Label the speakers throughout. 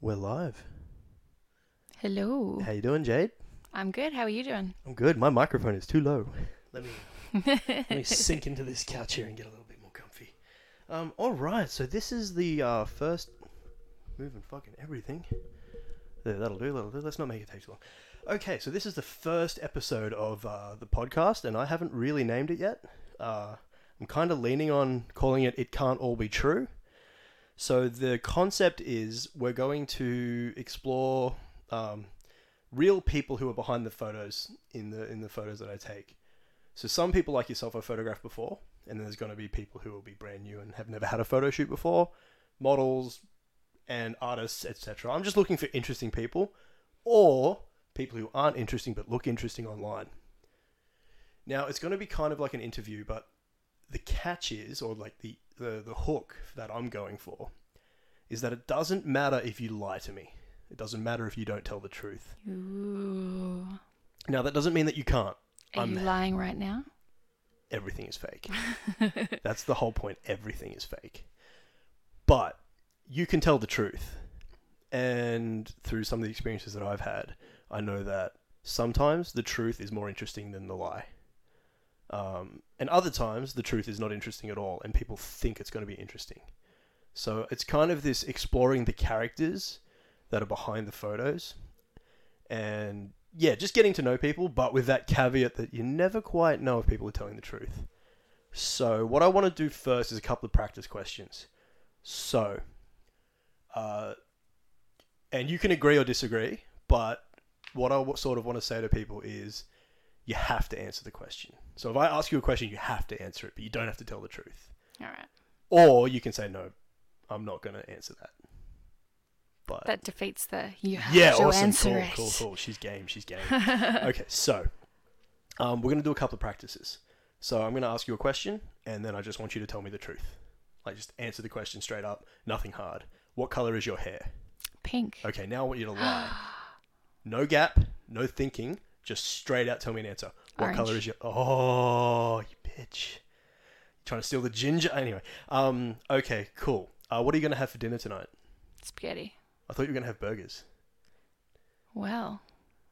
Speaker 1: We're live.
Speaker 2: Hello.
Speaker 1: How you doing, Jade?
Speaker 2: I'm good. How are you doing?
Speaker 1: I'm good. My microphone is too low. Let me let me sink into this couch here and get a little bit more comfy. Um, all right. So this is the uh, first moving fucking everything. There, that'll do. That'll do. Let's not make it take too long. Okay. So this is the first episode of uh, the podcast, and I haven't really named it yet. Uh, I'm kind of leaning on calling it "It Can't All Be True." So the concept is we're going to explore um, real people who are behind the photos in the in the photos that I take. So some people like yourself I've photographed before, and then there's going to be people who will be brand new and have never had a photo shoot before, models and artists, etc. I'm just looking for interesting people, or people who aren't interesting but look interesting online. Now it's going to be kind of like an interview, but the catch is, or like the the, the hook that I'm going for, is that it doesn't matter if you lie to me. It doesn't matter if you don't tell the truth.
Speaker 2: Ooh.
Speaker 1: Now that doesn't mean that you can't.
Speaker 2: Are
Speaker 1: I'm-
Speaker 2: you lying right now?
Speaker 1: everything is fake. That's the whole point. Everything is fake. But you can tell the truth. And through some of the experiences that I've had, I know that sometimes the truth is more interesting than the lie. Um, and other times, the truth is not interesting at all, and people think it's going to be interesting. So it's kind of this exploring the characters that are behind the photos. And yeah, just getting to know people, but with that caveat that you never quite know if people are telling the truth. So, what I want to do first is a couple of practice questions. So, uh, and you can agree or disagree, but what I w- sort of want to say to people is you have to answer the question. So, if I ask you a question, you have to answer it, but you don't have to tell the truth.
Speaker 2: All right.
Speaker 1: Or you can say, no, I'm not going to answer that. But
Speaker 2: That defeats the you have
Speaker 1: yeah,
Speaker 2: to
Speaker 1: awesome.
Speaker 2: answer
Speaker 1: Cool,
Speaker 2: it.
Speaker 1: cool, cool. She's game. She's game. okay, so um, we're going to do a couple of practices. So I'm going to ask you a question, and then I just want you to tell me the truth. Like, just answer the question straight up. Nothing hard. What color is your hair?
Speaker 2: Pink.
Speaker 1: Okay, now I want you to lie. No gap, no thinking. Just straight out tell me an answer. What
Speaker 2: Orange.
Speaker 1: color is your. Oh, you bitch. Trying to steal the ginger? Anyway, um, okay, cool. Uh, what are you going to have for dinner tonight?
Speaker 2: Spaghetti.
Speaker 1: I thought you were going to have burgers.
Speaker 2: Well,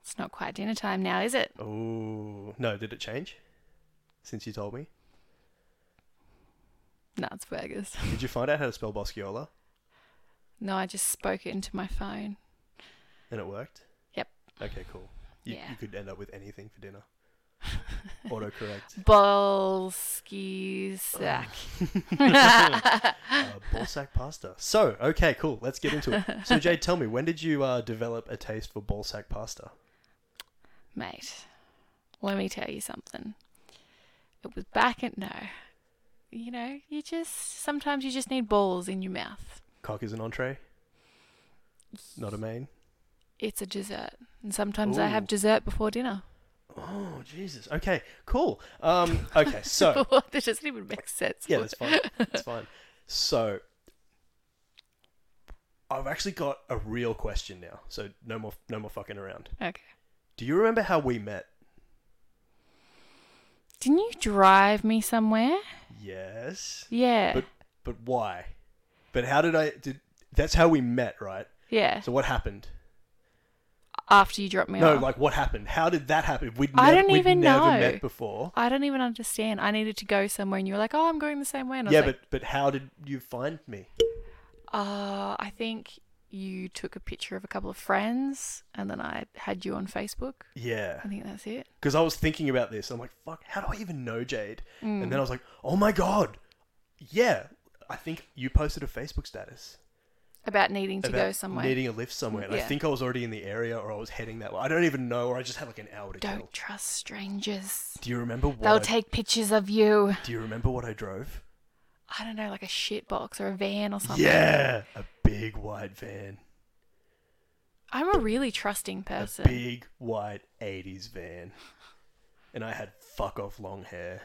Speaker 2: it's not quite dinner time now, is it?
Speaker 1: Oh no! Did it change since you told me?
Speaker 2: No, it's burgers.
Speaker 1: Did you find out how to spell Bosciola
Speaker 2: No, I just spoke it into my phone.
Speaker 1: and it worked?
Speaker 2: Yep.
Speaker 1: Okay, cool. You,
Speaker 2: Yeah.
Speaker 1: you could end up with anything for dinner. Autocorrect.
Speaker 2: Bolski sack.
Speaker 1: Uh, ballsack pasta. So okay, cool. Let's get into it. So Jade, tell me, when did you uh, develop a taste for ballsack pasta?
Speaker 2: Mate, let me tell you something. It was back at no. You know, you just sometimes you just need balls in your mouth.
Speaker 1: Cock is an entree, not a main.
Speaker 2: It's a dessert, and sometimes I have
Speaker 1: Ooh.
Speaker 2: dessert before dinner.
Speaker 1: Oh Jesus. Okay, cool. Um, okay, so
Speaker 2: this doesn't even make sense.
Speaker 1: Yeah, that's fine. That's fine. So, I've actually got a real question now. So no more, no more fucking around.
Speaker 2: Okay.
Speaker 1: Do you remember how we met?
Speaker 2: Didn't you drive me somewhere?
Speaker 1: Yes.
Speaker 2: Yeah.
Speaker 1: But but why? But how did I? Did that's how we met, right?
Speaker 2: yeah.
Speaker 1: So what happened?
Speaker 2: After you dropped me
Speaker 1: No,
Speaker 2: off.
Speaker 1: like what happened? How did that happen? We'd
Speaker 2: I
Speaker 1: nev-
Speaker 2: don't
Speaker 1: we'd
Speaker 2: even
Speaker 1: never
Speaker 2: know.
Speaker 1: met before.
Speaker 2: I don't even understand. I needed to go somewhere, and you were like, "Oh, I'm going the same way." And I was
Speaker 1: Yeah,
Speaker 2: like,
Speaker 1: but but how did you find me?
Speaker 2: Uh, I think you took a picture of a couple of friends, and then I had you on Facebook.
Speaker 1: Yeah,
Speaker 2: I think that's it.
Speaker 1: because I was thinking about this. I'm like, fuck, how do I even know Jade?
Speaker 2: Mm.
Speaker 1: And then I was like, oh my god, yeah, I think you posted a Facebook status
Speaker 2: About needing to
Speaker 1: about
Speaker 2: go somewhere.
Speaker 1: needing a lift somewhere. And I
Speaker 2: Yeah.
Speaker 1: think I was already in the area, or I was heading that way. I don't even know, or I just had like an hour to kill.
Speaker 2: Don't trust strangers.
Speaker 1: Do you remember what?
Speaker 2: They'll
Speaker 1: I,
Speaker 2: take pictures of you.
Speaker 1: do you remember what I drove?
Speaker 2: I don't know, like a shit box or a van or something.
Speaker 1: Yeah, a big white van,
Speaker 2: I'm a really trusting
Speaker 1: a
Speaker 2: person.
Speaker 1: big white '80s van, and I had fuck off long hair.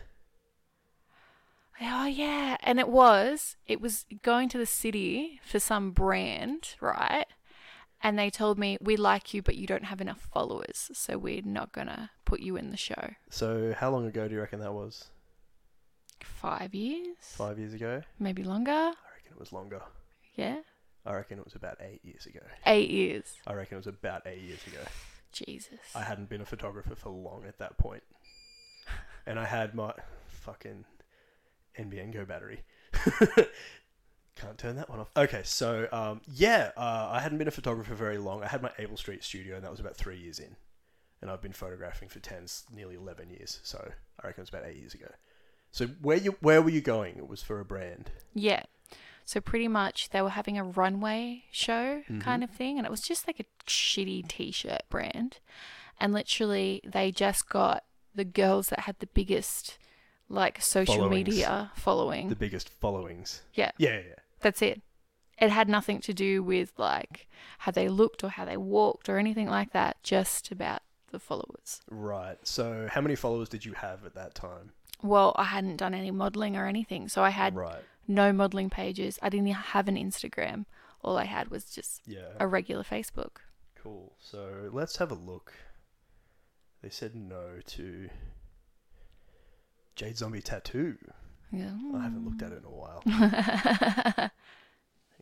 Speaker 2: Oh yeah, and it was it was going to the city for some brand, right? And they told me we like you, but you don't have enough followers, so we're not gonna put you in the show.
Speaker 1: So how long ago do you reckon that was?
Speaker 2: Five years,
Speaker 1: Five years ago?
Speaker 2: maybe longer.
Speaker 1: I reckon it was longer.
Speaker 2: Yeah,
Speaker 1: I reckon it was about eight years ago.
Speaker 2: Eight years.
Speaker 1: I reckon it was about eight years ago.
Speaker 2: Jesus.
Speaker 1: I hadn't been a photographer for long at that point. And I had my fucking NBN Go battery. Can't turn that one off. Okay, so um, yeah, uh, I hadn't been a photographer very long. I had my Able Street studio, and that was about three years in. And I've been photographing for 10, s- nearly 11 years. So I reckon it was about eight years ago. So where you where were you going? It was for a brand.
Speaker 2: Yeah. So pretty much they were having a runway show
Speaker 1: Mm-hmm.
Speaker 2: kind of thing, and it was just like a shitty t-shirt brand, and literally they just got the girls that had the biggest like social
Speaker 1: Followings.
Speaker 2: media following.
Speaker 1: The biggest followings.
Speaker 2: Yeah.
Speaker 1: Yeah, yeah, yeah.
Speaker 2: That's it. It had nothing to do with like how they looked or how they walked or anything like that. Just about the followers.
Speaker 1: Right. So how many followers did you have at that time?
Speaker 2: Well, I hadn't done any modeling or anything, so I had
Speaker 1: right.
Speaker 2: no modeling pages. I didn't have an Instagram. All I had was just
Speaker 1: Yeah.
Speaker 2: a regular Facebook.
Speaker 1: Cool. So let's have a look. They said no to Jade Zombie Tattoo.
Speaker 2: Yeah.
Speaker 1: I haven't looked at it in a while. Hang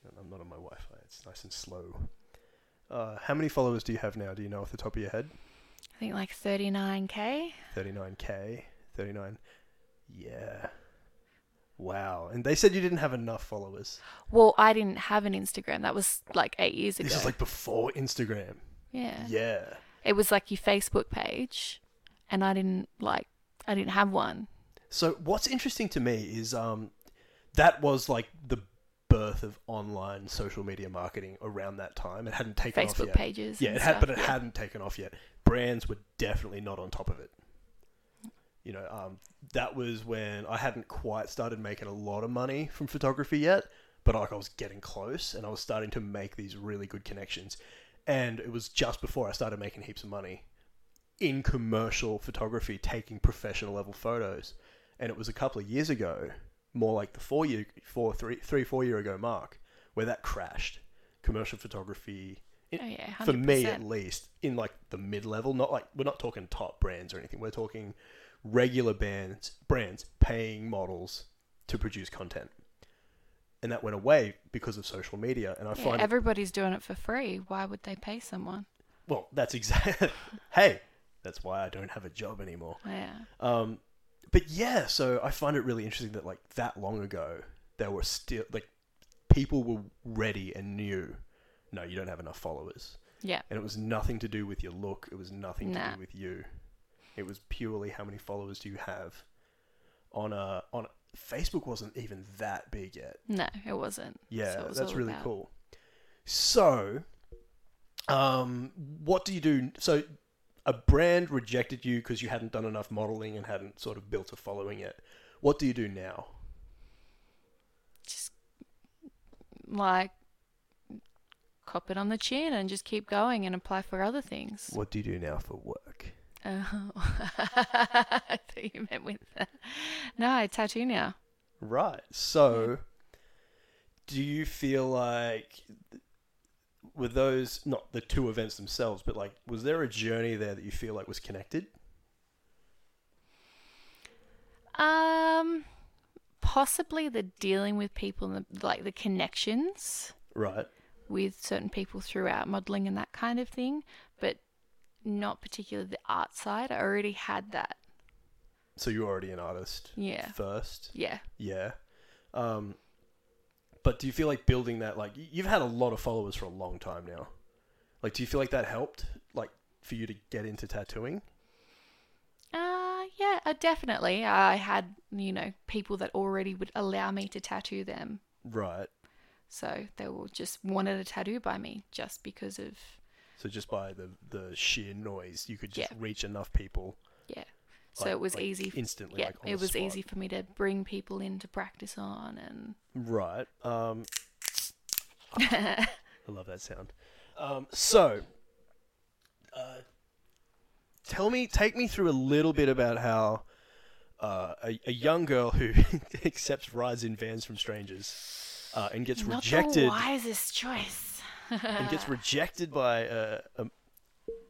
Speaker 1: on, I'm not on my Wi Fi. It's nice and slow. Uh, how many followers do you have now? Do you know off the top of your head?
Speaker 2: I think like 39k.
Speaker 1: 39K? 39? Yeah. Wow. And they said you didn't have enough followers.
Speaker 2: Well, I didn't have an Instagram. That was like eight years ago.
Speaker 1: This is like before Instagram.
Speaker 2: yeah.
Speaker 1: Yeah.
Speaker 2: It was like your Facebook page, and I didn't like. I didn't have one.
Speaker 1: So what's interesting to me is um, that was like the birth of online social media marketing around that time. It hadn't taken off
Speaker 2: Facebook
Speaker 1: yet.
Speaker 2: pages.
Speaker 1: Yeah,
Speaker 2: and
Speaker 1: it had, but
Speaker 2: stuff,
Speaker 1: it
Speaker 2: yeah.
Speaker 1: hadn't taken off yet. Brands were definitely not on top of it. You know, um, that was when I hadn't quite started making a lot of money from photography yet, but like I was getting close, and I was starting to make these really good connections. And it was just before I started making heaps of money in commercial photography, taking professional level photos. And it was a couple of years ago, more like the four year, four, three, three, four year ago mark, where that crashed. Commercial photography it-
Speaker 2: Oh, yeah,
Speaker 1: for me
Speaker 2: 100%.
Speaker 1: at least in like the mid level not like we're not talking top brands or anything we're talking regular bands brands paying models to produce content and that went away because of social media and i
Speaker 2: Yeah,
Speaker 1: find it,
Speaker 2: everybody's doing it for free. Why would they pay someone?
Speaker 1: well that's exactly hey that's why i don't have a job anymore
Speaker 2: Yeah.
Speaker 1: um but yeah so i find it really interesting that like that long ago there were still like people were ready and knew no you don't have enough followers
Speaker 2: Yeah.
Speaker 1: and it was nothing to do with your look. It was nothing to
Speaker 2: Nah.
Speaker 1: do with you. It was purely how many followers do you have on a on Facebook wasn't even that big yet.
Speaker 2: No, it wasn't.
Speaker 1: Yeah,
Speaker 2: So it was
Speaker 1: that's
Speaker 2: all
Speaker 1: really
Speaker 2: about-
Speaker 1: cool. So, um, what do you do? So, a brand rejected you because you hadn't done enough modeling and hadn't sort of built a following yet. What do you do now?
Speaker 2: Just like cop it on the chin and just keep going and apply for other things.
Speaker 1: What do you do now for work?
Speaker 2: Oh, I thought you meant with that. No, I tattoo now.
Speaker 1: Right. So, do you feel like were those not the two events themselves, but like was there a journey there that you feel like was connected?
Speaker 2: Um, possibly the dealing with people and the, like the connections
Speaker 1: Right.
Speaker 2: with certain people throughout modeling and that kind of thing, but not particularly the art side. I already had that.
Speaker 1: So you're already an artist.
Speaker 2: Yeah.
Speaker 1: First.
Speaker 2: Yeah.
Speaker 1: Yeah. Um, but do you feel like building that? Like y- you've had a lot of followers for a long time now. Like, do you feel like that helped? Like for you to get into tattooing?
Speaker 2: Uh, yeah, uh, definitely. I had, you know, people that already would allow me to tattoo them.
Speaker 1: Right.
Speaker 2: So they will just wanted a tattoo by me just because of,
Speaker 1: So just by the the sheer noise, you could just
Speaker 2: Yeah.
Speaker 1: reach enough people.
Speaker 2: yeah. So
Speaker 1: like-
Speaker 2: it was
Speaker 1: like,
Speaker 2: easy. f-
Speaker 1: instantly.
Speaker 2: yeah,
Speaker 1: like, on
Speaker 2: it
Speaker 1: the
Speaker 2: was
Speaker 1: spot.
Speaker 2: easy for me to bring people in to practice on and
Speaker 1: Right. Um, I love that sound. Um, so, uh, tell me, take me through a little bit about how uh, a, a young girl who accepts rides in vans from strangers uh, and gets
Speaker 2: not the
Speaker 1: rejected
Speaker 2: wisest choice.
Speaker 1: and gets rejected by a, a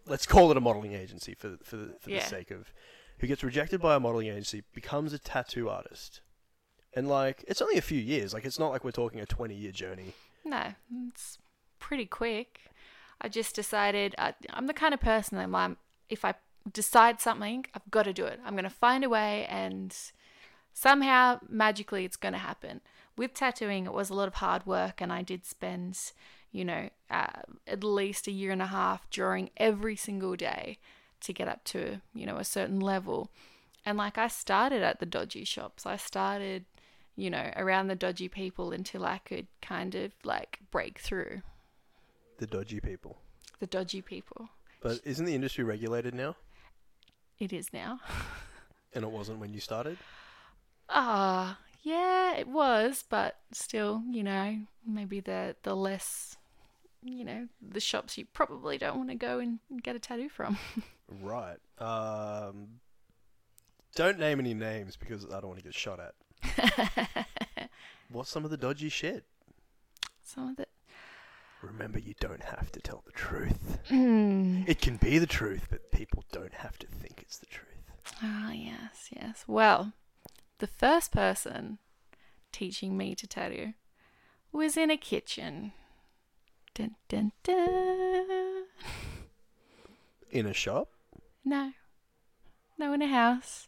Speaker 1: let's call it a modeling agency for for, the- for
Speaker 2: Yeah.
Speaker 1: the sake of who gets rejected by a modeling agency becomes a tattoo artist and like it's only a few years like it's not like we're talking a 20 year journey
Speaker 2: No, it's pretty quick. I just decided I, I'm the kind of person that I'm, if I decide something, I've got to do it. I'm going to find a way, and somehow magically it's going to happen. With tattooing, it was a lot of hard work, and I did spend, you know, uh, at least a year and a half drawing every single day to get up to, you know, a certain level. And like I started at the dodgy shops, I started, you know, around the dodgy people until I could kind of like break through
Speaker 1: The dodgy people.
Speaker 2: the dodgy people.
Speaker 1: But isn't the industry regulated now?
Speaker 2: It is now.
Speaker 1: And it wasn't when you started?
Speaker 2: Ah, yeah, it was, but still, you know, maybe the the less, you know, the shops you probably don't want to go and get a tattoo from.
Speaker 1: Right. Um, don't name any names because I don't want to get shot at. What's some of the dodgy shit?
Speaker 2: Some of the
Speaker 1: Remember, you don't have to tell the truth.
Speaker 2: Mm.
Speaker 1: It can be the truth, but people don't have to think it's the truth.
Speaker 2: Ah, yes, yes. Well, the first person teaching me to tattoo was in a kitchen. Dun, dun, dun.
Speaker 1: In a shop?
Speaker 2: No. No, in a house.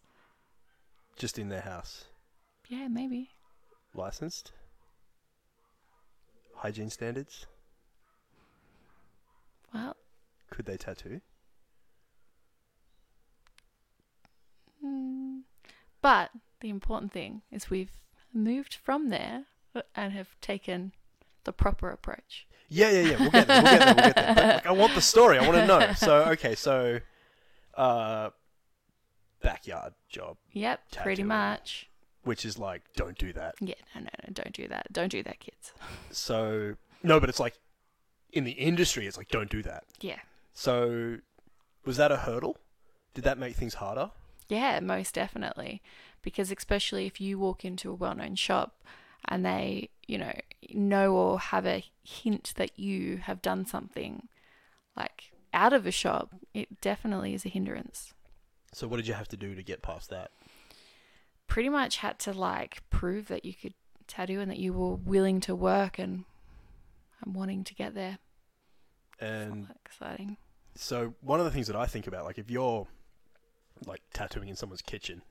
Speaker 1: Just in their house.
Speaker 2: Yeah, maybe.
Speaker 1: Licensed? Hygiene standards?
Speaker 2: Well,
Speaker 1: Could they tattoo?
Speaker 2: Mm. But the important thing is we've moved from there and have taken the proper approach.
Speaker 1: Yeah, yeah, yeah. We'll get there. We'll get there. We'll get there. But, like, I want the story. I want to know. So, okay, so, uh, backyard job,
Speaker 2: Yep, pretty
Speaker 1: Tattooing.
Speaker 2: much.
Speaker 1: which is like, don't do that.
Speaker 2: Yeah, no, no, no, don't do that. Don't do that, kids.
Speaker 1: So, no, but it's like, in the industry, it's like, don't do that.
Speaker 2: Yeah,
Speaker 1: So, was that a hurdle? Did that make things harder?
Speaker 2: yeah, most definitely. Because especially if you walk into a well known shop and they, you know, know or have a hint that you have done something like out of a shop, it definitely is a hindrance.
Speaker 1: So, what did you have to do to get past that?
Speaker 2: pretty much had to like prove that you could tattoo and that you were willing to work and I'm wanting to get there. It's not
Speaker 1: And
Speaker 2: that exciting.
Speaker 1: so one of the things that I think about, like if you're like tattooing in someone's kitchen,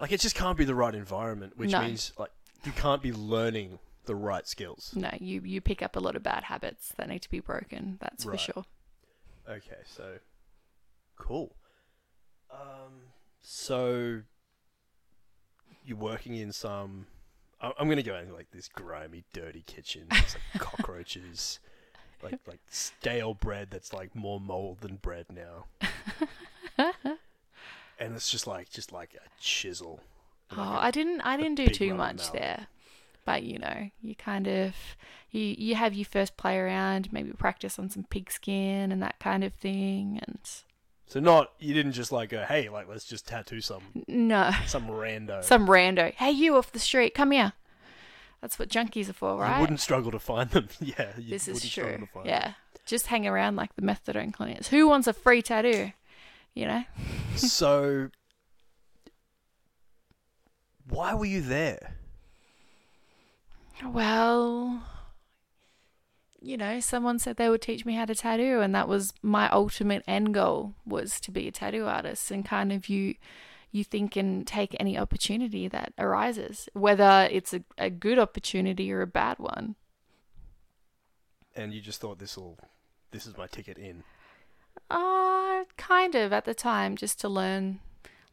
Speaker 1: like it just can't be the right environment, which
Speaker 2: No.
Speaker 1: means like you can't be learning the right skills.
Speaker 2: No, you you pick up a lot of bad habits that need to be broken. That's for
Speaker 1: Right.
Speaker 2: sure.
Speaker 1: Okay, so cool. Um, so you're working in some. I- I'm gonna go into like this grimy, dirty kitchen. There's like cockroaches, like like stale bread that's like more mold than bread now. and it's just like just like a chisel. and,
Speaker 2: Oh,
Speaker 1: like, a-
Speaker 2: I didn't I didn't do
Speaker 1: big
Speaker 2: too
Speaker 1: rubber
Speaker 2: much
Speaker 1: mallet.
Speaker 2: there. But you know, you kind of you you have your first play around, maybe practice on some pigskin and that kind of thing and
Speaker 1: so not you didn't just like go, hey, like let's just tattoo some
Speaker 2: no.
Speaker 1: some rando.
Speaker 2: Some rando. Hey you off the street, come here. That's what junkies are for, right?
Speaker 1: You wouldn't struggle to find them. yeah, you
Speaker 2: This is
Speaker 1: wouldn't struggle
Speaker 2: true.
Speaker 1: to find them.
Speaker 2: Yeah. Just hang around like the methadone clinics. Who wants a free tattoo? You know?
Speaker 1: so why were you there
Speaker 2: Well, you know, someone said they would teach me how to tattoo and that was my ultimate end goal was to be a tattoo artist and kind of you you think and take any opportunity that arises, whether it's a, a good opportunity or a bad one.
Speaker 1: and you just thought this will this is my ticket in
Speaker 2: Uh kind of at the time just to learn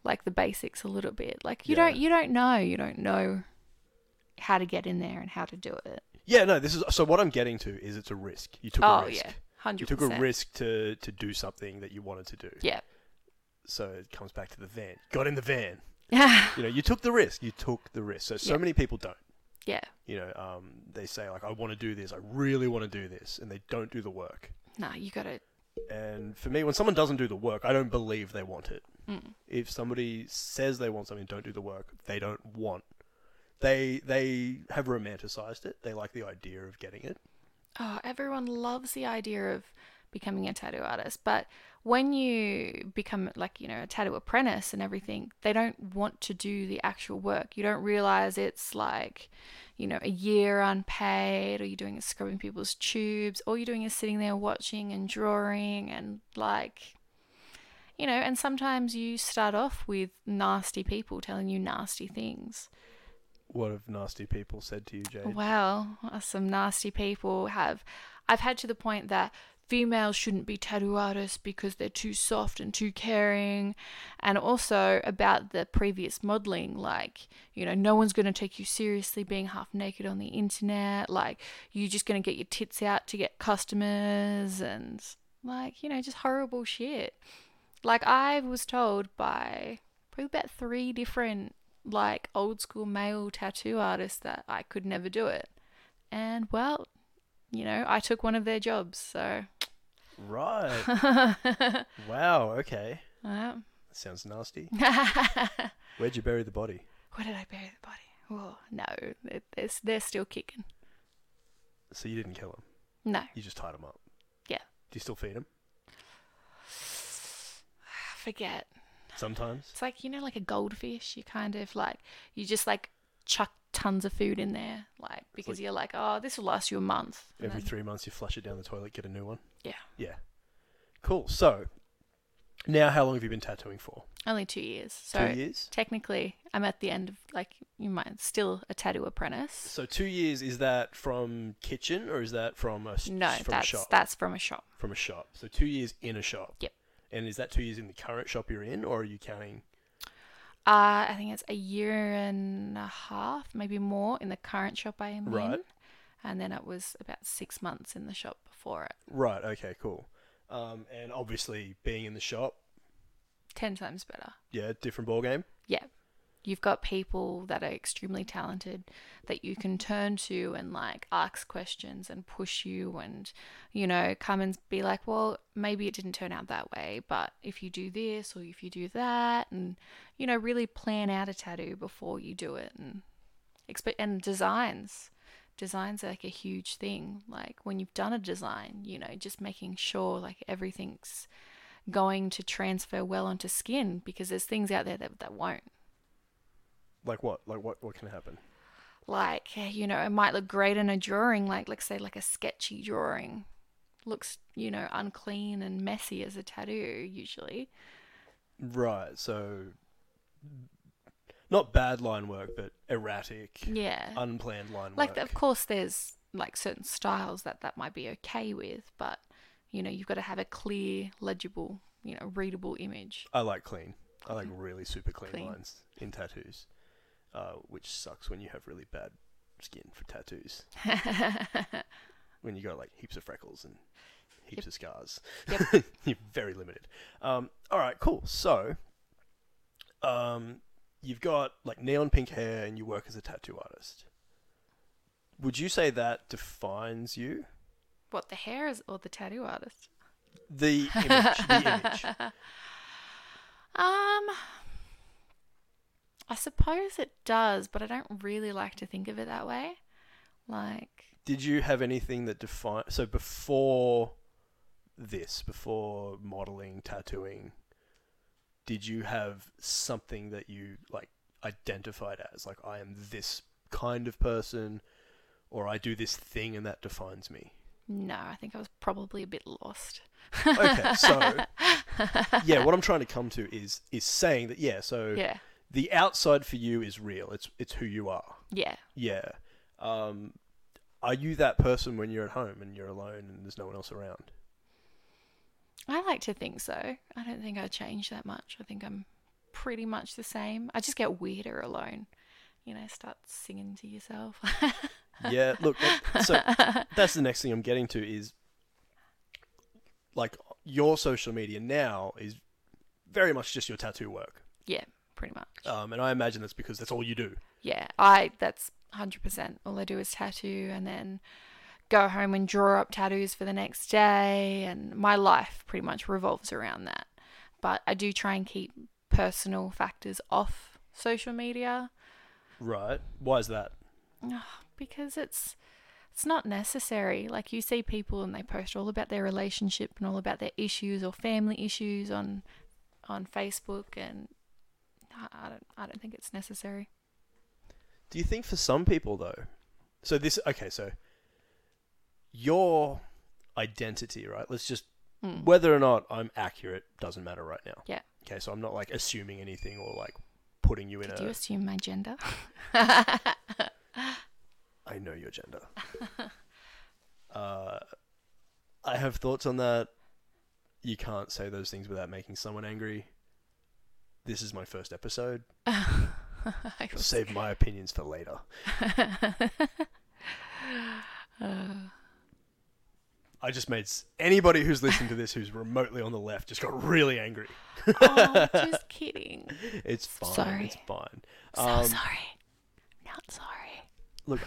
Speaker 2: like the basics a little bit. Like you
Speaker 1: Yeah.
Speaker 2: don't you don't know, you don't know how to get in there and how to do it.
Speaker 1: yeah no this is so what i'm getting to is it's a risk you took
Speaker 2: oh
Speaker 1: a risk
Speaker 2: yeah. 100%.
Speaker 1: you took a risk to to do something that you wanted to do
Speaker 2: Yeah.
Speaker 1: so it comes back to the van got in the van
Speaker 2: Yeah.
Speaker 1: you know you took the risk you took the risk so so
Speaker 2: Yeah.
Speaker 1: many people don't
Speaker 2: yeah.
Speaker 1: you know um, they say like i want to do this i really want to do this and they don't do the work
Speaker 2: No, you got to
Speaker 1: and for me when someone doesn't do the work i don't believe they want it
Speaker 2: mm,
Speaker 1: if somebody says they want something don't do the work they don't want they they have romanticized it they like the idea of getting it
Speaker 2: Oh, everyone loves the idea of becoming a tattoo artist. But when you become like, you know, a tattoo apprentice and everything, they don't want to do the actual work. You don't realize it's like, you know, a year unpaid, or you're doing is scrubbing people's tubes. All you're doing is sitting there watching and drawing and like, you know, and sometimes you start off with nasty people telling you nasty things.
Speaker 1: What have nasty people said to you, Jade?
Speaker 2: Well, uh, some nasty people have. I've had to the point that females shouldn't be tattoo artists because they're too soft and too caring. And also about the previous modeling, like, you know, no one's going to take you seriously being half naked on the internet. Like, you're just going to get your tits out to get customers and, like, you know, just horrible shit. Like, I was told by probably about three different, like, old school male tattoo artists that I could never do it. And, well, you know, I took one of their jobs, so.
Speaker 1: Right. wow. Okay.
Speaker 2: Um,
Speaker 1: That sounds nasty.
Speaker 2: Where
Speaker 1: Where'd you bury the body?
Speaker 2: did I bury the body? Oh, no, it- it's, they're still kicking.
Speaker 1: So you didn't kill him.
Speaker 2: No,
Speaker 1: You just tied him up.
Speaker 2: Yeah.
Speaker 1: Do you still feed him?
Speaker 2: I forget.
Speaker 1: Sometimes.
Speaker 2: It's like, you know, like a goldfish. You kind of like, you just like chuck tons of food in there, like, because you're like, oh, this will last you a month. and
Speaker 1: Every
Speaker 2: then-
Speaker 1: three months, you flush it down the toilet, get a new one.
Speaker 2: Yeah,
Speaker 1: Yeah. Cool. So, now how long have you been tattooing for?
Speaker 2: only two years. So
Speaker 1: Two years.
Speaker 2: technically, I'm at the end of, like, you might still a tattoo apprentice.
Speaker 1: So two years is that from kitchen or is that from a s-
Speaker 2: No,
Speaker 1: from a
Speaker 2: that's
Speaker 1: shop?
Speaker 2: that's from a shop.
Speaker 1: From a shop. So two years in a shop.
Speaker 2: Yep.
Speaker 1: And is that two years in the current shop you're in, or are you counting?
Speaker 2: Uh, I think it's a year and a half, maybe more, in the current shop I am
Speaker 1: Right.
Speaker 2: in. And then it was about six months in the shop before it.
Speaker 1: Right. Okay. Cool. Um, and obviously being in the shop,
Speaker 2: Ten times better.
Speaker 1: yeah, different ball game.
Speaker 2: Yeah. You've got people that are extremely talented that you can turn to and like ask questions and push you and, you know, come and be like, well, maybe it didn't turn out that way, but if you do this or if you do that and, you know, really plan out a tattoo before you do it and expect and designs. Designs are like a huge thing. Like when you've done a design, you know, just making sure like everything's going to transfer well onto skin because there's things out there that, that won't.
Speaker 1: Like what? Like what? What can happen?
Speaker 2: Like, you know, it might look great in a drawing, like, let's say, like a sketchy drawing. Looks, you know, unclean and messy as a tattoo, usually.
Speaker 1: Right. So, not bad line work, but erratic,
Speaker 2: Yeah.
Speaker 1: unplanned line
Speaker 2: like,
Speaker 1: work.
Speaker 2: of course, there's like certain styles that that might be okay with, but, you know, you've got to have a clear, legible, you know, readable image.
Speaker 1: I like clean. I like really super clean,
Speaker 2: Mm-hmm. Clean.
Speaker 1: lines in tattoos, uh, which sucks when you have really bad skin for tattoos. when you got like heaps of freckles and heaps of scars,
Speaker 2: Yep.
Speaker 1: you're very limited. Um, all right, cool. So, um, you've got like neon pink hair and you work as a tattoo artist. Would you say that defines you?
Speaker 2: what the hair is, or the tattoo artist?
Speaker 1: The image, the image.
Speaker 2: Um, I suppose it does, but I don't really like to think of it that way. Like,
Speaker 1: did you have anything that define so before this before modeling tattooing did you have something that you like identified as like i am this kind of person or i do this thing and that defines me
Speaker 2: no, I think I was probably a bit lost.
Speaker 1: okay so yeah what i'm trying to come to is is saying that yeah so
Speaker 2: Yeah,
Speaker 1: the outside for you is real it's it's who you are
Speaker 2: yeah.
Speaker 1: yeah um are you that person when you're at home and you're alone and there's no one else around
Speaker 2: I like to think so. I don't think I change that much. I think I'm pretty much the same. I just get weirder alone. You know, start singing to yourself.
Speaker 1: yeah look that- so that's the next thing i'm getting to is like your social media now is very much just your tattoo work
Speaker 2: yeah, pretty much.
Speaker 1: um, and i imagine that's because that's all you do
Speaker 2: yeah, I that's hundred percent. All I do is tattoo and then go home and draw up tattoos for the next day, and my life pretty much revolves around that. But I do try and keep personal factors off social media
Speaker 1: right why is that
Speaker 2: Ah, because it's it's not necessary. Like you see people and they post all about their relationship and all about their issues or family issues on on Facebook and I- I don't I don't think it's necessary.
Speaker 1: Do you think for some people though? So this okay, so your identity, right? Let's just
Speaker 2: Mm.
Speaker 1: whether or not I'm accurate doesn't matter right now.
Speaker 2: Yeah.
Speaker 1: Okay, so I'm not like assuming anything or like putting you in
Speaker 2: Did
Speaker 1: a. I
Speaker 2: you assume my gender?
Speaker 1: know your gender. uh, I have thoughts on that. You can't say those things without making someone angry. This is my first episode.
Speaker 2: I was-
Speaker 1: Save my opinions for later.
Speaker 2: Uh,
Speaker 1: I just made s- anybody who's listening to this who's remotely on the left just got really angry.
Speaker 2: oh, just kidding.
Speaker 1: It's fine.
Speaker 2: Sorry.
Speaker 1: It's fine.
Speaker 2: So
Speaker 1: Um,
Speaker 2: sorry. Not sorry.
Speaker 1: Look,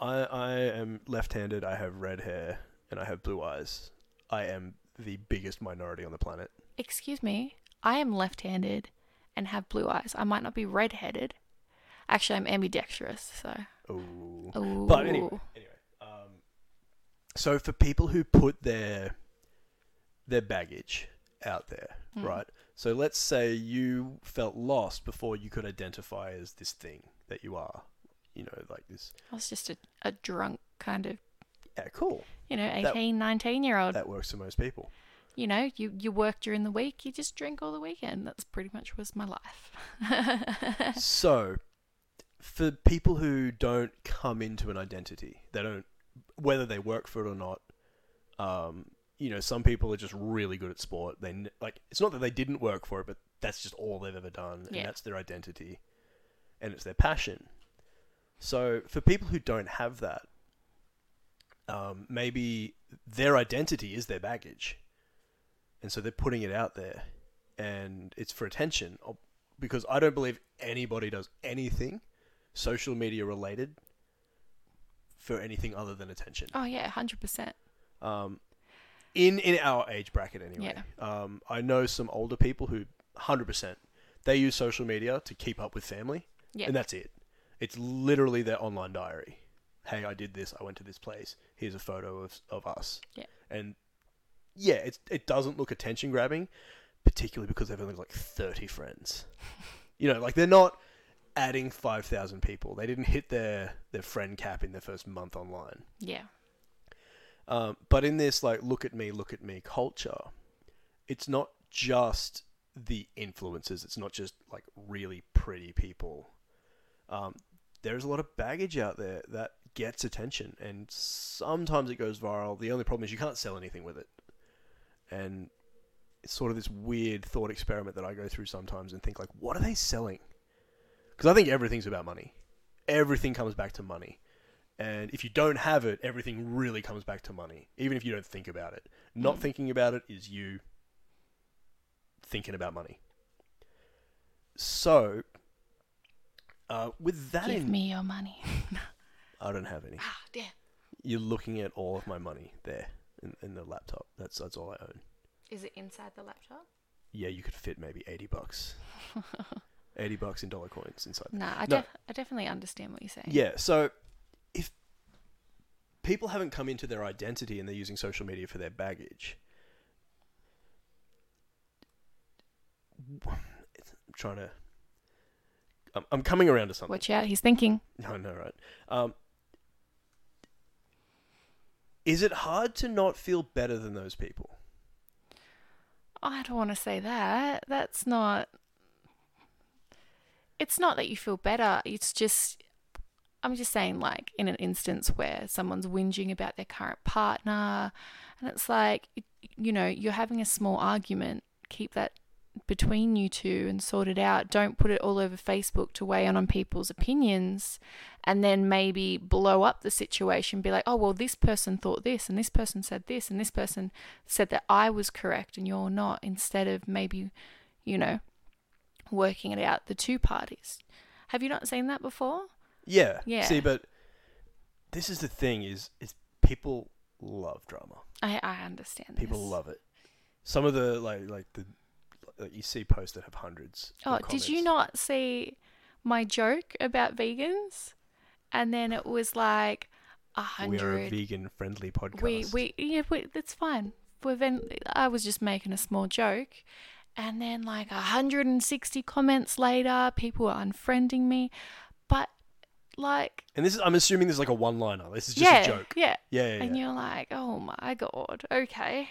Speaker 1: I I am left-handed. I have red hair and I have blue eyes. I am the biggest minority on the planet.
Speaker 2: Excuse me. I am left-handed and have blue eyes. I might not be red-headed. Actually, I'm ambidextrous, so.
Speaker 1: Ooh.
Speaker 2: Ooh.
Speaker 1: But anyway, anyway. Um, so for people who put their their baggage out there, right? So let's say you felt lost before you could identify as this thing that you are. You know, like this.
Speaker 2: I was just a, a drunk kind of,
Speaker 1: Yeah, cool.
Speaker 2: you know, 18, 19 year old.
Speaker 1: That works for most people.
Speaker 2: You know, you, you work during the week, you just drink all the weekend. That's pretty much was my life.
Speaker 1: so for people who don't come into an identity they don't whether they work for it or not um, you know some people are just really good at sport they n- like it's not that they didn't work for it but that's just all they've ever done
Speaker 2: Yeah.
Speaker 1: and that's their identity and it's their passion so for people who don't have that um, maybe their identity is their baggage and so they're putting it out there and it's for attention ob- because I don't believe anybody does anything social media related for anything other than attention.
Speaker 2: oh, yeah, 100%.
Speaker 1: Um, in in our age bracket, anyway. Um, I know some older people who, hundred percent, they use social media to keep up with family,
Speaker 2: Yeah.
Speaker 1: and that's it. It's literally their online diary. Hey, I did this. I went to this place. Here's a photo of of us.
Speaker 2: Yeah.
Speaker 1: And yeah, it it doesn't look attention grabbing, particularly because they've only got like thirty friends. you know, like they're not adding five thousand people. They didn't hit their their friend cap in their first month online.
Speaker 2: Yeah.
Speaker 1: Um, but in this, like, look at me, look at me culture, it's not just the influences. It's not just like really pretty people. Um, there's a lot of baggage out there that gets attention, and sometimes it goes viral. The only problem is you can't sell anything with it, and it's sort of this weird thought experiment that I go through sometimes and think like, what are they selling? Because I think everything's about money. Everything comes back to money. And if you don't have it, everything really comes back to money, even if you don't think about it. Not
Speaker 2: Mm.
Speaker 1: thinking about it is you thinking about money. So, uh, with that
Speaker 2: Give
Speaker 1: in,
Speaker 2: me your money.
Speaker 1: I don't have any.
Speaker 2: ah, damn.
Speaker 1: You're looking at all of my money there in, in the laptop. That's that's all I own.
Speaker 2: Is it inside the laptop?
Speaker 1: Yeah, you could fit maybe eighty bucks, eighty bucks in dollar coins inside.
Speaker 2: No, I,
Speaker 1: No.
Speaker 2: Def- I definitely understand what you're saying.
Speaker 1: Yeah, so if people haven't come into their identity and they're using social media for their baggage, it's- I'm trying to. I'm, I'm coming around to something.
Speaker 2: Watch out, he's thinking.
Speaker 1: No, no, right. Um, is it hard to not feel better than those people?
Speaker 2: I don't want to say that. That's not. It's not that you feel better. It's just. I'm just saying, like, in an instance where someone's whinging about their current partner, and it's like, you know, you're having a small argument, keep that between you two and sort it out. Don't put it all over Facebook to weigh in on people's opinions and then maybe blow up the situation, be like, oh, well, this person thought this, and this person said this, and this person said that I was correct and you're not, instead of maybe, you know, working it out, the two parties. Have you not seen that before?
Speaker 1: Yeah.
Speaker 2: Yeah.
Speaker 1: See, but this is the thing: is is people love drama.
Speaker 2: I, I understand
Speaker 1: People
Speaker 2: this.
Speaker 1: love it. Some of the like like the like you see posts that have hundreds.
Speaker 2: Oh,
Speaker 1: of
Speaker 2: did you
Speaker 1: comments.
Speaker 2: not see my joke about vegans? And then it was like, A
Speaker 1: We're a
Speaker 2: hundred.
Speaker 1: vegan friendly podcast.
Speaker 2: We we yeah, we, that's fine. We've been, I was just making a small joke, and then like 160 comments later, people were unfriending me, but like
Speaker 1: and this is I'm assuming this is like a one liner. This is just
Speaker 2: yeah,
Speaker 1: a joke.
Speaker 2: yeah,
Speaker 1: Yeah, yeah, yeah.
Speaker 2: and you're like, oh my god, okay,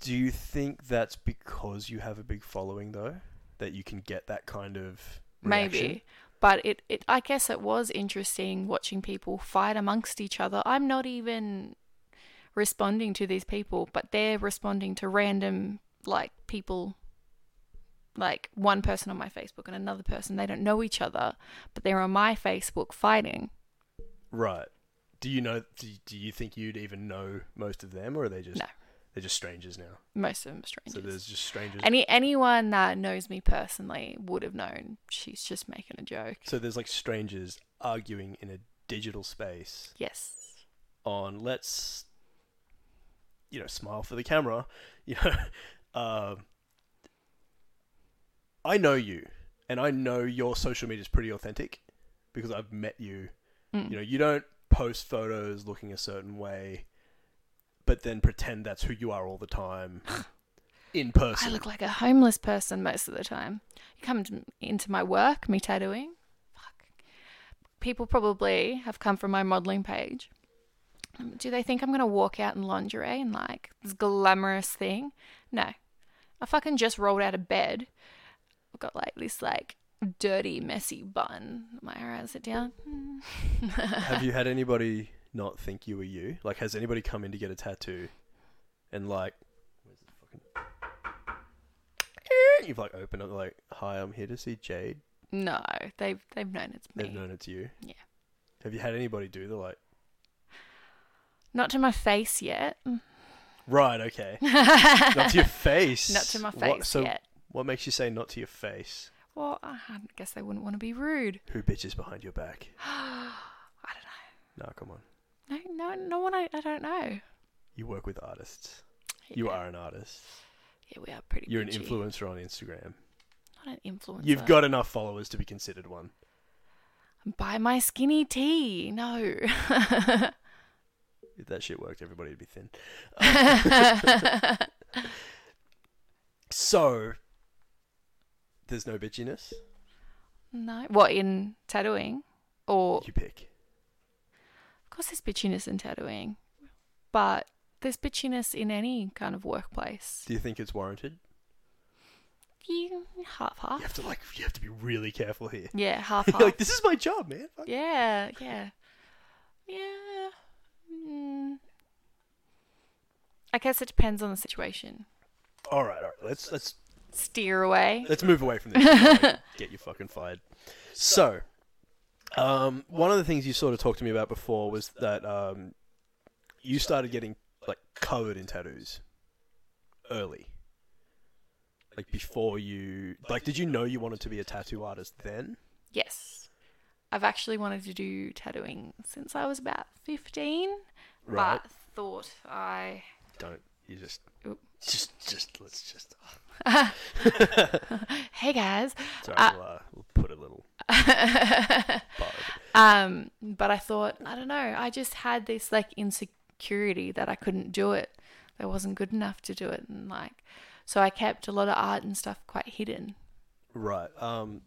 Speaker 1: Do you think that's because you have a big following though that you can get that kind of reaction?
Speaker 2: maybe. But it, it, I guess it was interesting watching people fight amongst each other. I'm not even responding to these people, but they're responding to random like people, like one person on my Facebook and another person. They don't know each other, but they're on my Facebook fighting.
Speaker 1: Right. Do you know do, do you think you'd even know most of them or are they just
Speaker 2: No.
Speaker 1: they're just strangers now?
Speaker 2: Most of them are strangers.
Speaker 1: So there's just strangers.
Speaker 2: Any anyone that knows me personally would have known she's just making a joke.
Speaker 1: so there's like strangers arguing in a digital space
Speaker 2: Yes.
Speaker 1: on let's you know smile for the camera, you know. Um I know you and I know your social media is pretty authentic because I've met you
Speaker 2: Mm.
Speaker 1: You know, you don't post photos looking a certain way, but then pretend that's who you are all the time in
Speaker 2: I
Speaker 1: person.
Speaker 2: look like a homeless person most of the time. You come to, into my work, me tattooing. Fuck. People probably have come from my modeling page. Um, Do they think I'm going to walk out in lingerie and like this glamorous thing? No. I fucking just rolled out of bed. I've got like this like dirty, messy bun. Am I alright? Sit down.
Speaker 1: Have you had anybody not think you were you? Like, has anybody come in to get a tattoo and like, where's the fucking? Eh, You've like opened up like, hi, I'm here to see Jade.
Speaker 2: No, they've they've known it's me.
Speaker 1: They've known it's you.
Speaker 2: Yeah.
Speaker 1: Have you had anybody do the like?
Speaker 2: Not to my face yet.
Speaker 1: Right. Okay.
Speaker 2: Not
Speaker 1: Not to your face.
Speaker 2: Not to my face
Speaker 1: What- so
Speaker 2: yet.
Speaker 1: what makes you say not to your face?
Speaker 2: Well, I guess they wouldn't want to be rude.
Speaker 1: Who bitches behind your back?
Speaker 2: I
Speaker 1: Nah, come on.
Speaker 2: don't know. No, no, no one. I, I don't know.
Speaker 1: You work with artists. You are an artist.
Speaker 2: Yeah, we are pretty.
Speaker 1: You're an
Speaker 2: bitchy.
Speaker 1: influencer on Instagram.
Speaker 2: Not an influencer.
Speaker 1: You've got enough followers to be considered one.
Speaker 2: Buy my skinny tea. No.
Speaker 1: If that shit worked, everybody would be thin.
Speaker 2: no,
Speaker 1: So, there's no bitchiness.
Speaker 2: what in tattooing? Or
Speaker 1: You pick.
Speaker 2: of course, there's bitchiness in tattooing, but there's bitchiness in any kind of workplace.
Speaker 1: Do you think it's warranted?
Speaker 2: You half half.
Speaker 1: You have to like, you have to be really careful here.
Speaker 2: Yeah, half
Speaker 1: You're
Speaker 2: half.
Speaker 1: like, this is my job, man. Fuck.
Speaker 2: Yeah, yeah, yeah. Mm. I guess it depends on the situation.
Speaker 1: All right, all right. Let's let's
Speaker 2: Steer away.
Speaker 1: let's move away from this. Like, get you fucking fired. So, um, one of the things you sort of talked to me about before was that um, you started getting like covered in tattoos early. Like before you, like, did you know you wanted to be a tattoo artist then?
Speaker 2: Yes, I've actually wanted to do tattooing since I was about fifteen,
Speaker 1: Right.
Speaker 2: but thought I
Speaker 1: Don't you just,
Speaker 2: Oop.
Speaker 1: just, just let's just.
Speaker 2: hey guys,
Speaker 1: Sorry, we'll, uh, we'll put a little. bar over it.
Speaker 2: um, but I thought I don't know. I just had this like insecurity that I couldn't do it. I wasn't good enough to do it, and like, so I kept a lot of art and stuff quite hidden.
Speaker 1: Right. Um,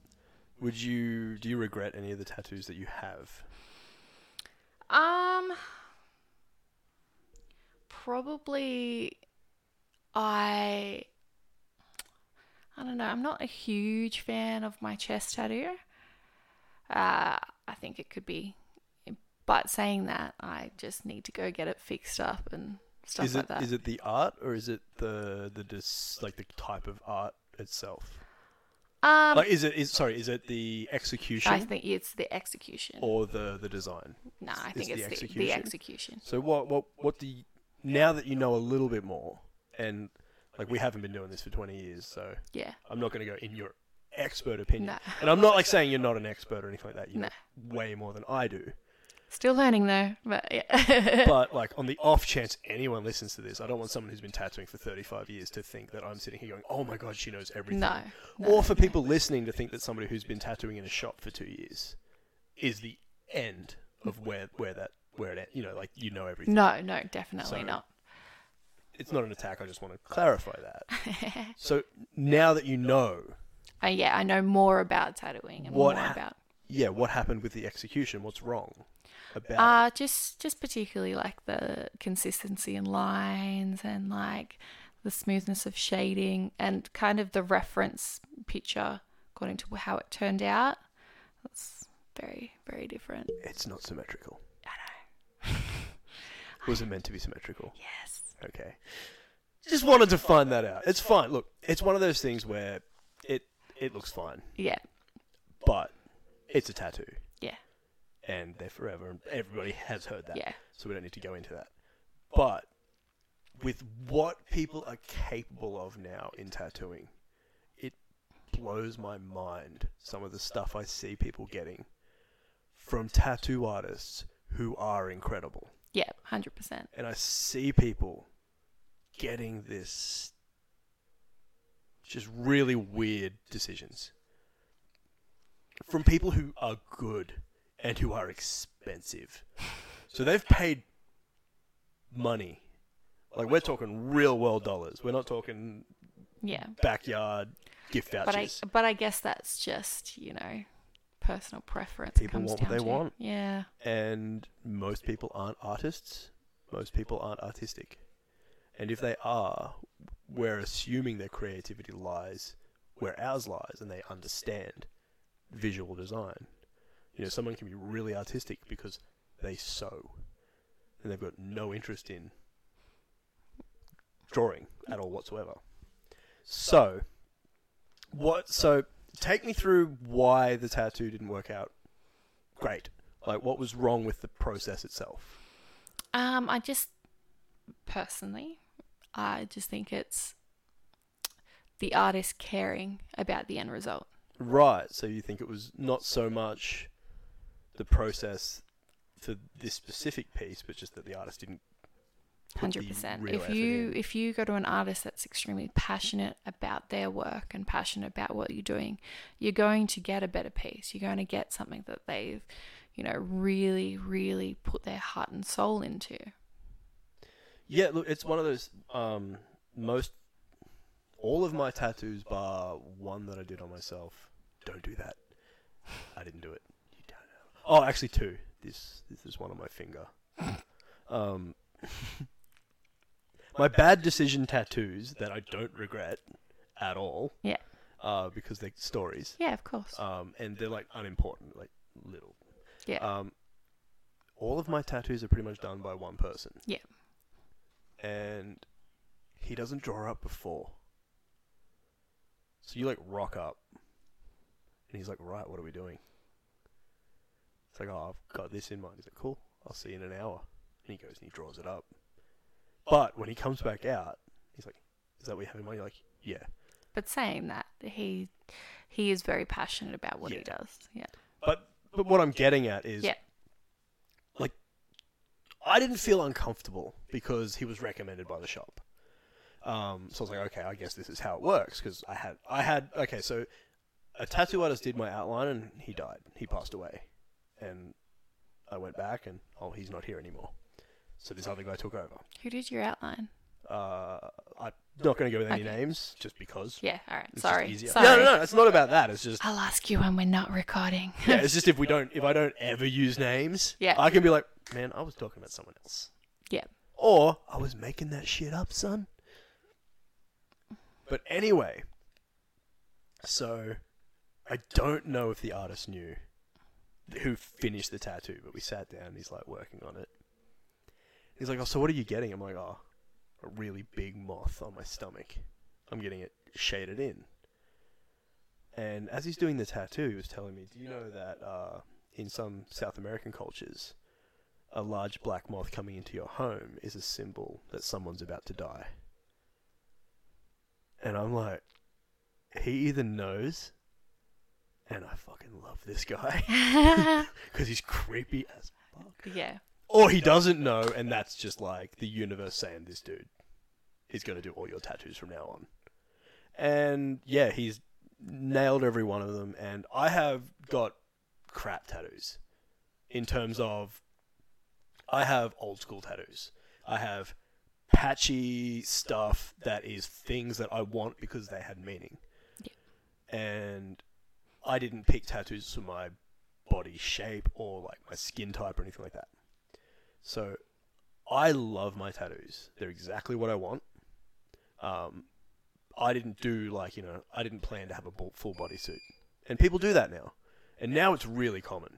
Speaker 1: would you do you regret any of the tattoos that you have?
Speaker 2: Um, probably I. I don't know. I'm not a huge fan of my chest tattoo. Uh, I think it could be, but saying that, I just need to go get it fixed up and stuff
Speaker 1: is
Speaker 2: like
Speaker 1: it
Speaker 2: that.
Speaker 1: is it the art or is it the the dis, like the type of art itself?
Speaker 2: um,
Speaker 1: like is it is sorry is it the execution
Speaker 2: I think it's the execution.
Speaker 1: or the the design?
Speaker 2: no, I
Speaker 1: it's
Speaker 2: think it's,
Speaker 1: the
Speaker 2: the, the,
Speaker 1: execution?
Speaker 2: execution.
Speaker 1: So what what what do you, now that you know a little bit more and like we haven't been doing this for twenty years, so
Speaker 2: Yeah.
Speaker 1: I'm not going to go in your expert opinion,
Speaker 2: No.
Speaker 1: and I'm not like saying you're not an expert or anything like that. You
Speaker 2: No.
Speaker 1: know way more than I do.
Speaker 2: Still learning though, but yeah.
Speaker 1: But like on the off chance anyone listens to this, I don't want someone who's been tattooing for 35 years to think that I'm sitting here going, "Oh my god, she knows everything."
Speaker 2: no. no,
Speaker 1: or for
Speaker 2: no.
Speaker 1: people listening to think that somebody who's been tattooing in a shop for two years is the end of where where that where it you know like you know everything.
Speaker 2: No, no, definitely
Speaker 1: So-
Speaker 2: not.
Speaker 1: It's not an attack. I just want to clarify that. so now that you know,
Speaker 2: Uh, yeah, I know more about tattooing and
Speaker 1: What
Speaker 2: more
Speaker 1: hap-
Speaker 2: about
Speaker 1: yeah, what happened with the execution? What's wrong? About it?
Speaker 2: uh just just particularly like the consistency in lines and like the smoothness of shading and kind of the reference picture according to how it turned out. That's very very different.
Speaker 1: it's not symmetrical. I know. Was it meant to be symmetrical?
Speaker 2: Yes.
Speaker 1: Okay. Just wanted to find that out. It's fine. Look, it's one of those things where it it looks fine,
Speaker 2: Yeah.
Speaker 1: but it's a tattoo
Speaker 2: Yeah.
Speaker 1: and they're forever and everybody has heard that.
Speaker 2: Yeah.
Speaker 1: So we don't need to go into that. But with what people are capable of now in tattooing, it blows my mind some of the stuff I see people getting from tattoo artists who are incredible.
Speaker 2: Yeah, 100%.
Speaker 1: and I see people getting this just really weird decisions from people who are good and who are expensive. So they've paid money. Like we're talking real world dollars. We're not talking
Speaker 2: Yeah.
Speaker 1: backyard gift
Speaker 2: But I
Speaker 1: vouchers.
Speaker 2: but I guess that's just, you know, personal preference. it
Speaker 1: People
Speaker 2: comes
Speaker 1: want what
Speaker 2: down
Speaker 1: they
Speaker 2: to.
Speaker 1: want.
Speaker 2: Yeah.
Speaker 1: and most people aren't artists. Most people aren't artistic. And if they are, we're assuming their creativity lies where ours lies and they understand visual design. You know, someone can be really artistic because they sew and they've got no interest in drawing at all whatsoever. So, what? So, take me through why the tattoo didn't work out. Great. Like, what was wrong with the process itself?
Speaker 2: Um, I just personally, I just think it's the artist caring about the end result.
Speaker 1: Right. So you think it was not so much the process for this specific piece, but just that the artist didn't. put the
Speaker 2: Hundred percent.
Speaker 1: real
Speaker 2: If
Speaker 1: effort
Speaker 2: you
Speaker 1: in.
Speaker 2: if you go to an artist that's extremely passionate about their work and passionate about what you're doing, you're going to get a better piece. You're going to get something that they've, you know, really, really put their heart and soul into.
Speaker 1: Yeah, look, it's one of those um, most. All of my tattoos, bar one that I did on myself, don't do that. I didn't do it. You don't know. Oh, actually, two. This this is one on my finger. Um, my bad decision tattoos that I don't regret at all.
Speaker 2: Yeah.
Speaker 1: Uh, because they're stories.
Speaker 2: Yeah, of course.
Speaker 1: Um, and they're like unimportant, like little.
Speaker 2: Yeah.
Speaker 1: Um, all of my tattoos are pretty much done by one person.
Speaker 2: Yeah.
Speaker 1: And he doesn't draw up before. So you like rock up, and he's like, "Right, what are we doing?" It's like, "Oh, I've got this in mind." He's like, "Cool, I'll see you in an hour." And he goes and he draws it up. But when he comes back out, he's like, "Is that what you have in mind?" You're like, "Yeah."
Speaker 2: But saying that, he he is very passionate about what he
Speaker 1: Yeah.
Speaker 2: does. Yeah.
Speaker 1: But but what I'm getting at is,
Speaker 2: Yeah.
Speaker 1: I didn't feel uncomfortable because he was recommended by the shop. Um, so I was like, okay, I guess this is how it works because I had, I had, okay, so a tattoo artist did my outline and he died, he passed away, and I went back and oh, he's not here anymore. So this other guy took over.
Speaker 2: Who did your outline?
Speaker 1: Uh, I'm not going to go with any
Speaker 2: Okay.
Speaker 1: names just because.
Speaker 2: Yeah, all right.
Speaker 1: It's just
Speaker 2: Sorry.
Speaker 1: easier.
Speaker 2: Sorry.
Speaker 1: No, no, no. It's not about that. It's just
Speaker 2: I'll ask you when we're not recording.
Speaker 1: yeah, it's just if we don't, if I don't ever use names,
Speaker 2: Yeah.
Speaker 1: I can be like, man, I was talking about someone else.
Speaker 2: Yeah.
Speaker 1: Or I was making that shit up, son. But anyway, so I don't know if the artist knew who finished the tattoo, but we sat down and he's like working on it. He's like, oh, so what are you getting? I'm like, oh, a really big moth on my stomach. I'm getting it shaded in. And as he's doing the tattoo, he was telling me, do you know that uh, in some South American cultures, a large black moth coming into your home is a symbol that someone's about to die. And I'm like, he either knows, and I fucking love this guy because he's creepy as fuck,
Speaker 2: yeah.
Speaker 1: or he doesn't know, and that's just like the universe saying this dude is going to do all your tattoos from now on. And yeah, he's nailed every one of them, and I have got crap tattoos in terms of I have old school tattoos. I have patchy stuff that is things that I want because they had meaning. And I didn't pick tattoos for my body shape or like my skin type or anything like that. So I love my tattoos. They're exactly what I want. Um, I didn't do like, you know, I didn't plan to have a bu- full body suit. And people do that now. And now it's really common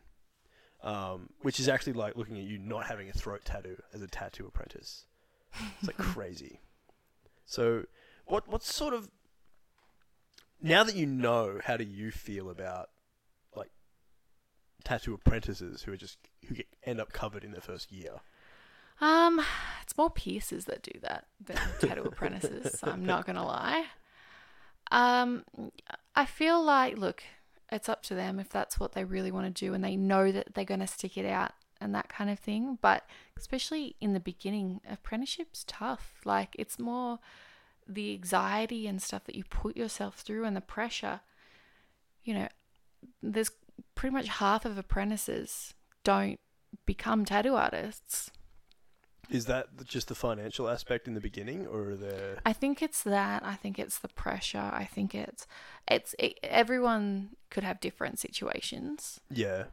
Speaker 1: um, which is actually like looking at you not having a throat tattoo as a tattoo apprentice. It's like crazy. So, what what sort of now that you know, how do you feel about like tattoo apprentices who are just who get, end up covered in their first year?
Speaker 2: Um, it's more piercers that do that than tattoo apprentices. I'm not gonna lie. Um, I feel like look, it's up to them if that's what they really want to do and they know that they're gonna stick it out and that kind of thing. But especially in the beginning, apprenticeship's tough. Like it's more the anxiety and stuff that you put yourself through and the pressure. You know, there's pretty much half of apprentices don't become tattoo artists.
Speaker 1: Is that just the financial aspect in the beginning, or are there?
Speaker 2: I think it's that. I think it's the pressure. I think it's it's it, everyone could have different situations,
Speaker 1: Yeah,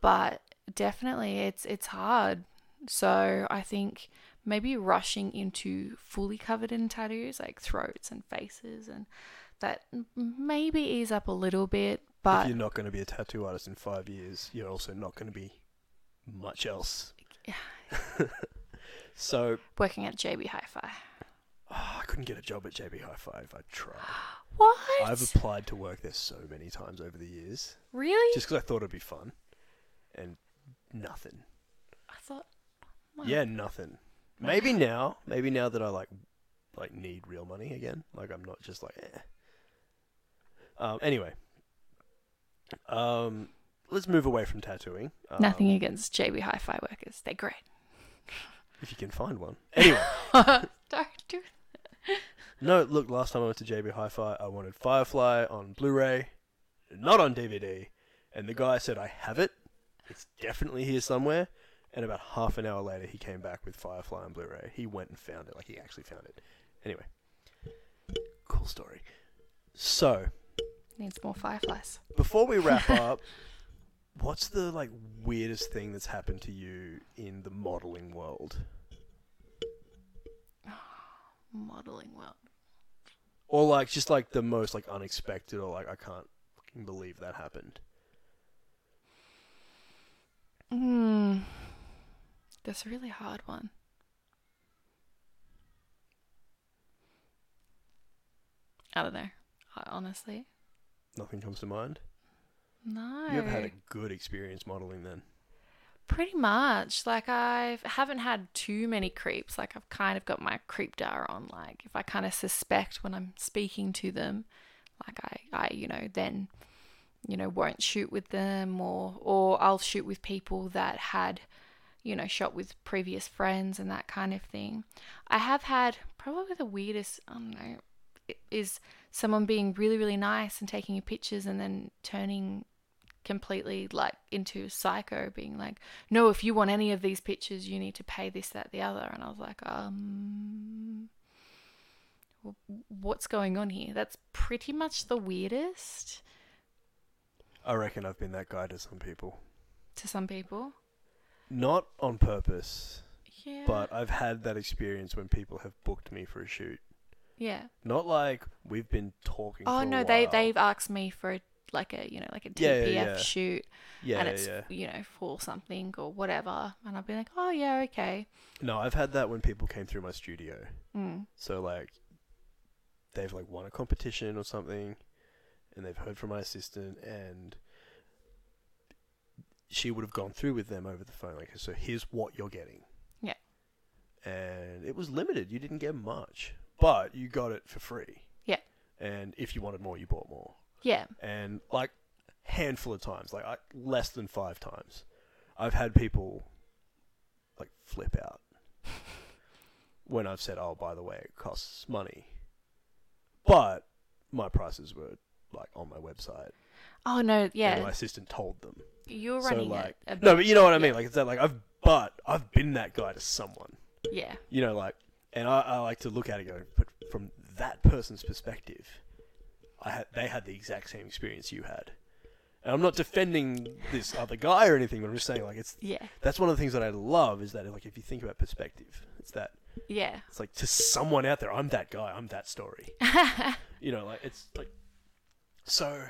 Speaker 2: but definitely it's it's hard. So I think maybe rushing into fully covered in tattoos like throats and faces and that m- maybe ease up a little bit,
Speaker 1: if
Speaker 2: but
Speaker 1: you're not going to be a tattoo artist in five years, you're also not going to be much else. so
Speaker 2: working at JB Hi-Fi.
Speaker 1: Ah, I couldn't get a job at JB Hi-Fi if I tried.
Speaker 2: What?
Speaker 1: I've applied to work there so many times over the years,
Speaker 2: really?
Speaker 1: just because I thought it'd be fun, and nothing.
Speaker 2: I thought Wow.
Speaker 1: Yeah, nothing. Maybe now, maybe now that I like, like need real money again. Like I'm not just like. Eh. Um. Anyway. Um. Let's move away from tattooing. Um,
Speaker 2: nothing against JB Hi-Fi workers. They're great.
Speaker 1: If you can find one. Anyway.
Speaker 2: Don't do
Speaker 1: No, look, last time I went to JB Hi Fi, I wanted Firefly on Blu ray, not on DVD. And the guy said, I have it. It's definitely here somewhere. And about half an hour later, he came back with Firefly on Blu ray. He went and found it. Like, he actually found it. Anyway, cool story. So,
Speaker 2: Needs more fireflies.
Speaker 1: before we wrap up, what's the, like, weirdest thing that's happened to you in the modeling world?
Speaker 2: Modeling world.
Speaker 1: Or, like, just, like, the most, like, unexpected or, like, I can't fucking believe that happened?
Speaker 2: Hmm. That's a really hard one. I don't know. I, honestly,
Speaker 1: Nothing comes to mind?
Speaker 2: no.
Speaker 1: You've had a good experience modeling then.
Speaker 2: Pretty much. Like I haven't had too many creeps. Like I've kind of got my creep dar on. Like if I kind of suspect when I'm speaking to them, like I, I you know then, you know won't shoot with them or or I'll shoot with people that had, you know, shot with previous friends and that kind of thing. I have had probably the weirdest. I don't know. i- Is someone being really really nice and taking your pictures and then turning completely like into psycho being like no if you want any of these pictures you need to pay this that the other and i was like um w- what's going on here that's pretty much the weirdest
Speaker 1: I reckon I've been that guy to some people.
Speaker 2: to some people
Speaker 1: Not on purpose,
Speaker 2: yeah
Speaker 1: but I've had that experience when people have booked me for a shoot.
Speaker 2: yeah
Speaker 1: Not like we've been talking.
Speaker 2: oh
Speaker 1: for a
Speaker 2: no they
Speaker 1: while.
Speaker 2: they've asked me for a, like a you know like a tpf
Speaker 1: Yeah, yeah, yeah.
Speaker 2: shoot
Speaker 1: yeah
Speaker 2: and
Speaker 1: yeah,
Speaker 2: it's
Speaker 1: yeah.
Speaker 2: you know for something or whatever and i'd be like oh yeah okay
Speaker 1: No, I've had that when people came through my studio.
Speaker 2: mm.
Speaker 1: So like, they've like won a competition or something, and they've heard from my assistant, and she would have gone through with them over the phone. Like, so here's what you're getting.
Speaker 2: Yeah.
Speaker 1: And it was limited. You didn't get much, but you got it for free.
Speaker 2: Yeah.
Speaker 1: And if you wanted more, you bought more.
Speaker 2: yeah
Speaker 1: And like, handful of times, like I, less than five times, I've had people like flip out when I've said, "Oh, by the way, it costs money," but my prices were like on my website,
Speaker 2: oh no
Speaker 1: and
Speaker 2: yeah
Speaker 1: my assistant told them.
Speaker 2: you're
Speaker 1: So
Speaker 2: running
Speaker 1: like,
Speaker 2: a, a
Speaker 1: no, but you know what I
Speaker 2: yeah.
Speaker 1: mean. Like, it's that like I've But I've been that guy to someone.
Speaker 2: Yeah.
Speaker 1: You know, like, and I, I like to look at it and go, but from that person's perspective, I had they had the exact same experience you had. And I'm not defending this other guy or anything, but I'm just saying, like, it's
Speaker 2: Yeah.
Speaker 1: that's one of the things that I love is that, like, if you think about perspective, it's that
Speaker 2: Yeah.
Speaker 1: it's like to someone out there, I'm that guy, I'm that story. you know, like it's like so.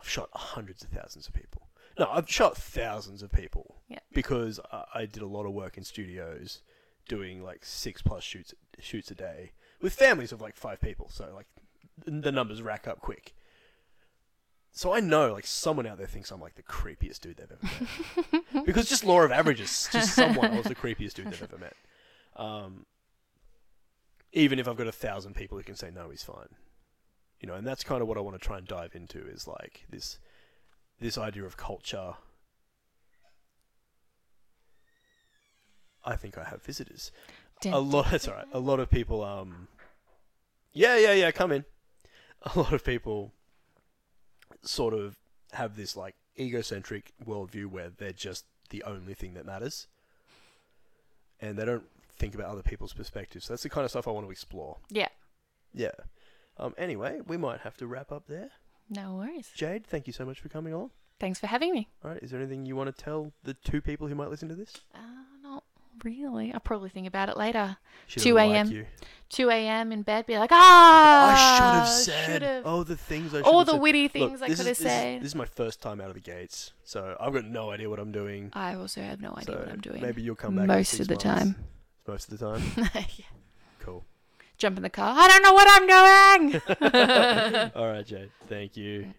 Speaker 1: I've shot hundreds of thousands of people. No, I've shot thousands of people.
Speaker 2: Yeah.
Speaker 1: Because I, I did a lot of work in studios, doing like six plus shoots shoots a day with families of like five people. So like th- the numbers rack up quick. So I know like someone out there thinks I'm like the creepiest dude they've ever met. because just law of averages, just someone was the creepiest dude they've ever met. Um, even if I've got a thousand people who can say no, he's fine. You know, and that's kind of what I want to try and dive into is like this this idea of culture. I think I have visitors.
Speaker 2: Dun.
Speaker 1: A lot. That's all right. A lot of people. Um. Yeah, yeah, yeah. Come in. A lot of people sort of have this like egocentric worldview where they're just the only thing that matters, and they don't think about other people's perspectives. So that's the kind of stuff I want to explore.
Speaker 2: Yeah.
Speaker 1: Yeah. Um. Anyway, we might have to wrap up there.
Speaker 2: No worries.
Speaker 1: Jade, thank you so much for coming along.
Speaker 2: Thanks for having me.
Speaker 1: All right. Is there anything you want to tell the two people who might listen to this?
Speaker 2: Uh, not really. I'll probably think about it later.
Speaker 1: She
Speaker 2: 2
Speaker 1: doesn't like
Speaker 2: a.m..
Speaker 1: you.
Speaker 2: 2 a.m. in bed, be like, ah!
Speaker 1: I should have said.
Speaker 2: should've."
Speaker 1: Oh, the things I should
Speaker 2: All
Speaker 1: have
Speaker 2: the
Speaker 1: said.
Speaker 2: witty
Speaker 1: Look,
Speaker 2: things I
Speaker 1: this
Speaker 2: could
Speaker 1: is- this
Speaker 2: have
Speaker 1: is-
Speaker 2: said.
Speaker 1: This is my first time out of the gates, so I've got no idea what I'm doing.
Speaker 2: I also have no idea
Speaker 1: so
Speaker 2: what I'm doing.
Speaker 1: Maybe you'll come back in
Speaker 2: most
Speaker 1: six
Speaker 2: of the
Speaker 1: months.
Speaker 2: time.
Speaker 1: Most of the time.
Speaker 2: Yeah.
Speaker 1: Cool.
Speaker 2: Jump in the car. I don't know what I'm doing.
Speaker 1: All right, Jade. Thank you.